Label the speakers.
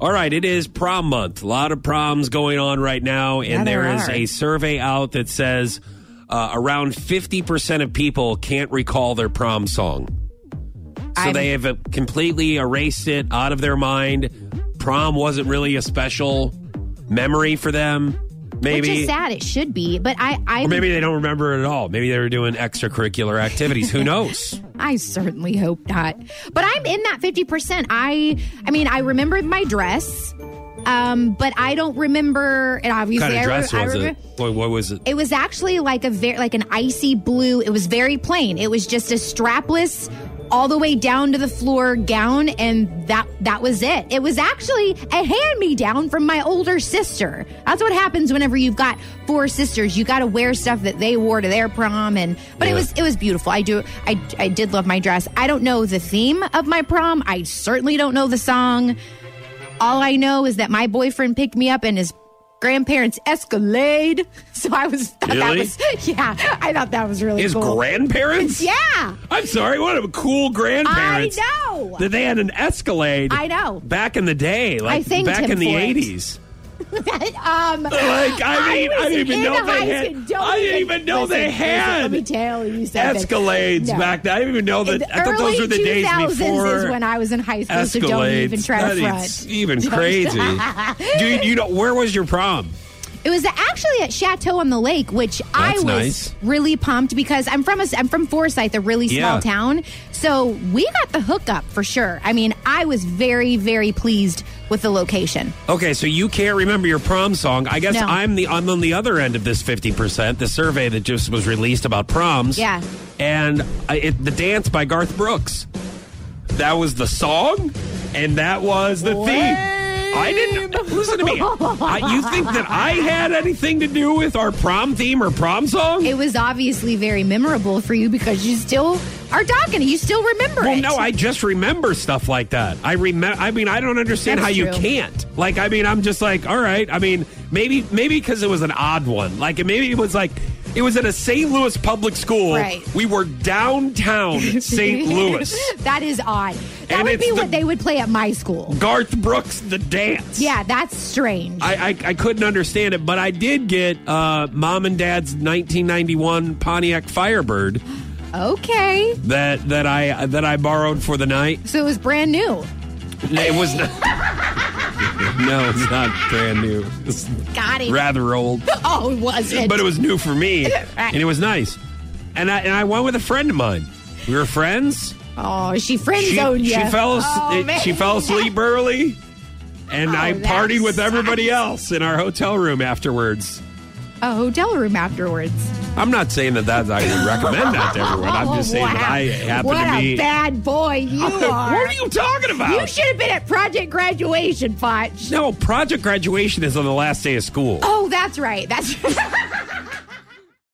Speaker 1: All right, it is prom month. A lot of proms going on right now, and
Speaker 2: Yeah, there
Speaker 1: there is
Speaker 2: are.
Speaker 1: a survey out that says uh, around 50% of people can't recall their prom song. So
Speaker 2: I'm-
Speaker 1: they have uh, completely erased it out of their mind. Prom wasn't really a special memory for them. Maybe
Speaker 3: Which is sad. It should be, but I, I,
Speaker 1: Or maybe they don't remember it at all. Maybe they were doing extracurricular activities. Who knows?
Speaker 3: I certainly hope not. But I'm in that fifty percent. I, I mean, I remember my dress, um, but I don't remember. And obviously,
Speaker 1: what kind of
Speaker 3: I, re-
Speaker 1: dress
Speaker 3: I
Speaker 1: was
Speaker 3: remember,
Speaker 1: it? What, what was it?
Speaker 3: It was actually like a very like an icy blue. It was very plain. It was just a strapless all the way down to the floor gown and that that was it. It was actually a hand me down from my older sister. That's what happens whenever you've got four sisters. You got to wear stuff that they wore to their prom and but
Speaker 1: Yeah.
Speaker 3: it was it was beautiful. I do I I did love my dress. I don't know the theme of my prom. I certainly don't know the song. All I know is that my boyfriend picked me up in his grandparents' Escalade. So I was, thought that
Speaker 1: Really?
Speaker 3: was, yeah, I thought that was really
Speaker 1: His
Speaker 3: cool.
Speaker 1: grandparents?
Speaker 3: yeah,
Speaker 1: I'm sorry, what a cool grandparents.
Speaker 3: I know.
Speaker 1: That they had an Escalade.
Speaker 3: I know.
Speaker 1: Back in the day, like
Speaker 3: I thanked
Speaker 1: back
Speaker 3: him
Speaker 1: in the
Speaker 3: for it.
Speaker 1: 80s.
Speaker 3: um,
Speaker 1: Like I mean, I,
Speaker 3: was
Speaker 1: didn't even
Speaker 3: in
Speaker 1: know
Speaker 3: high
Speaker 1: they had.
Speaker 3: school. Don't
Speaker 1: I didn't even know they
Speaker 3: listen, listen,
Speaker 1: had
Speaker 3: let me tell you something.
Speaker 1: Escalades
Speaker 3: No.
Speaker 1: back then. I didn't even know
Speaker 3: In
Speaker 1: that.
Speaker 3: the
Speaker 1: I thought
Speaker 3: early
Speaker 1: those were the days
Speaker 3: 2000s
Speaker 1: before.
Speaker 3: is when I was in high school,
Speaker 1: Escalades.
Speaker 3: so don't even try
Speaker 1: That
Speaker 3: to
Speaker 1: is
Speaker 3: front.
Speaker 1: even crazy. Dude, you know where was your prom?
Speaker 3: It was actually at Chateau on the Lake, which I
Speaker 1: That's
Speaker 3: was
Speaker 1: nice.
Speaker 3: really pumped because I'm from a, I'm from Forsyth, a really small
Speaker 1: Yeah.
Speaker 3: town. So we got the hookup for sure. I mean, I was very very pleased with the location.
Speaker 1: Okay, so you can't remember your prom song. I guess
Speaker 3: No.
Speaker 1: I'm the I'm on the other end of this 50%, the survey that just was released about proms.
Speaker 3: Yeah.
Speaker 1: And I, it, the dance by Garth Brooks. That was the song and that was the theme. I didn't listen to me. I, you think that I had anything to do with our prom theme or prom song?
Speaker 3: It was obviously very memorable for you because you still are talking. You still remember
Speaker 1: well,
Speaker 3: it.
Speaker 1: no, I just remember stuff like that. I remember. I mean, I don't understand
Speaker 3: That's
Speaker 1: how you
Speaker 3: true.
Speaker 1: can't. Like, I mean, I'm just like, all right. I mean, maybe, maybe because it was an odd one. Like, and maybe it was like, it was at a St. Louis public school.
Speaker 3: Right.
Speaker 1: We were downtown St. Louis.
Speaker 3: that is odd. That
Speaker 1: And
Speaker 3: would
Speaker 1: it's
Speaker 3: be
Speaker 1: the-
Speaker 3: what they would play at my school.
Speaker 1: Garth Brooks, the dance.
Speaker 3: Yeah, that's strange.
Speaker 1: I, I, I couldn't understand it, but I did get uh, mom and dad's 1991 Pontiac Firebird
Speaker 3: okay,
Speaker 1: that that I that I borrowed for the night.
Speaker 3: so it was brand new.
Speaker 1: It was not. no, it's not brand new. It's
Speaker 3: Got it.
Speaker 1: rather old,
Speaker 3: oh, it wasn't.
Speaker 1: but it was new for me, and it was nice. And I and I went with a friend of mine. We were friends.
Speaker 3: Oh, she friend
Speaker 1: She,
Speaker 3: zoned
Speaker 1: she
Speaker 3: you.
Speaker 1: fell as-
Speaker 3: Oh,
Speaker 1: it- she
Speaker 3: man. Oh,
Speaker 1: fell asleep early, and I
Speaker 3: that
Speaker 1: partied with
Speaker 3: sucks.
Speaker 1: everybody else in our hotel room afterwards.
Speaker 3: A hotel room afterwards.
Speaker 1: I'm not saying that that I would recommend that to everyone. I'm just saying
Speaker 3: wow.
Speaker 1: that I happen
Speaker 3: what
Speaker 1: to be.
Speaker 3: a bad boy you
Speaker 1: what
Speaker 3: are.
Speaker 1: are you talking about?
Speaker 3: You should have been at project graduation, Potch.
Speaker 1: no, project graduation is on the last day of school.
Speaker 3: Oh, that's right. That's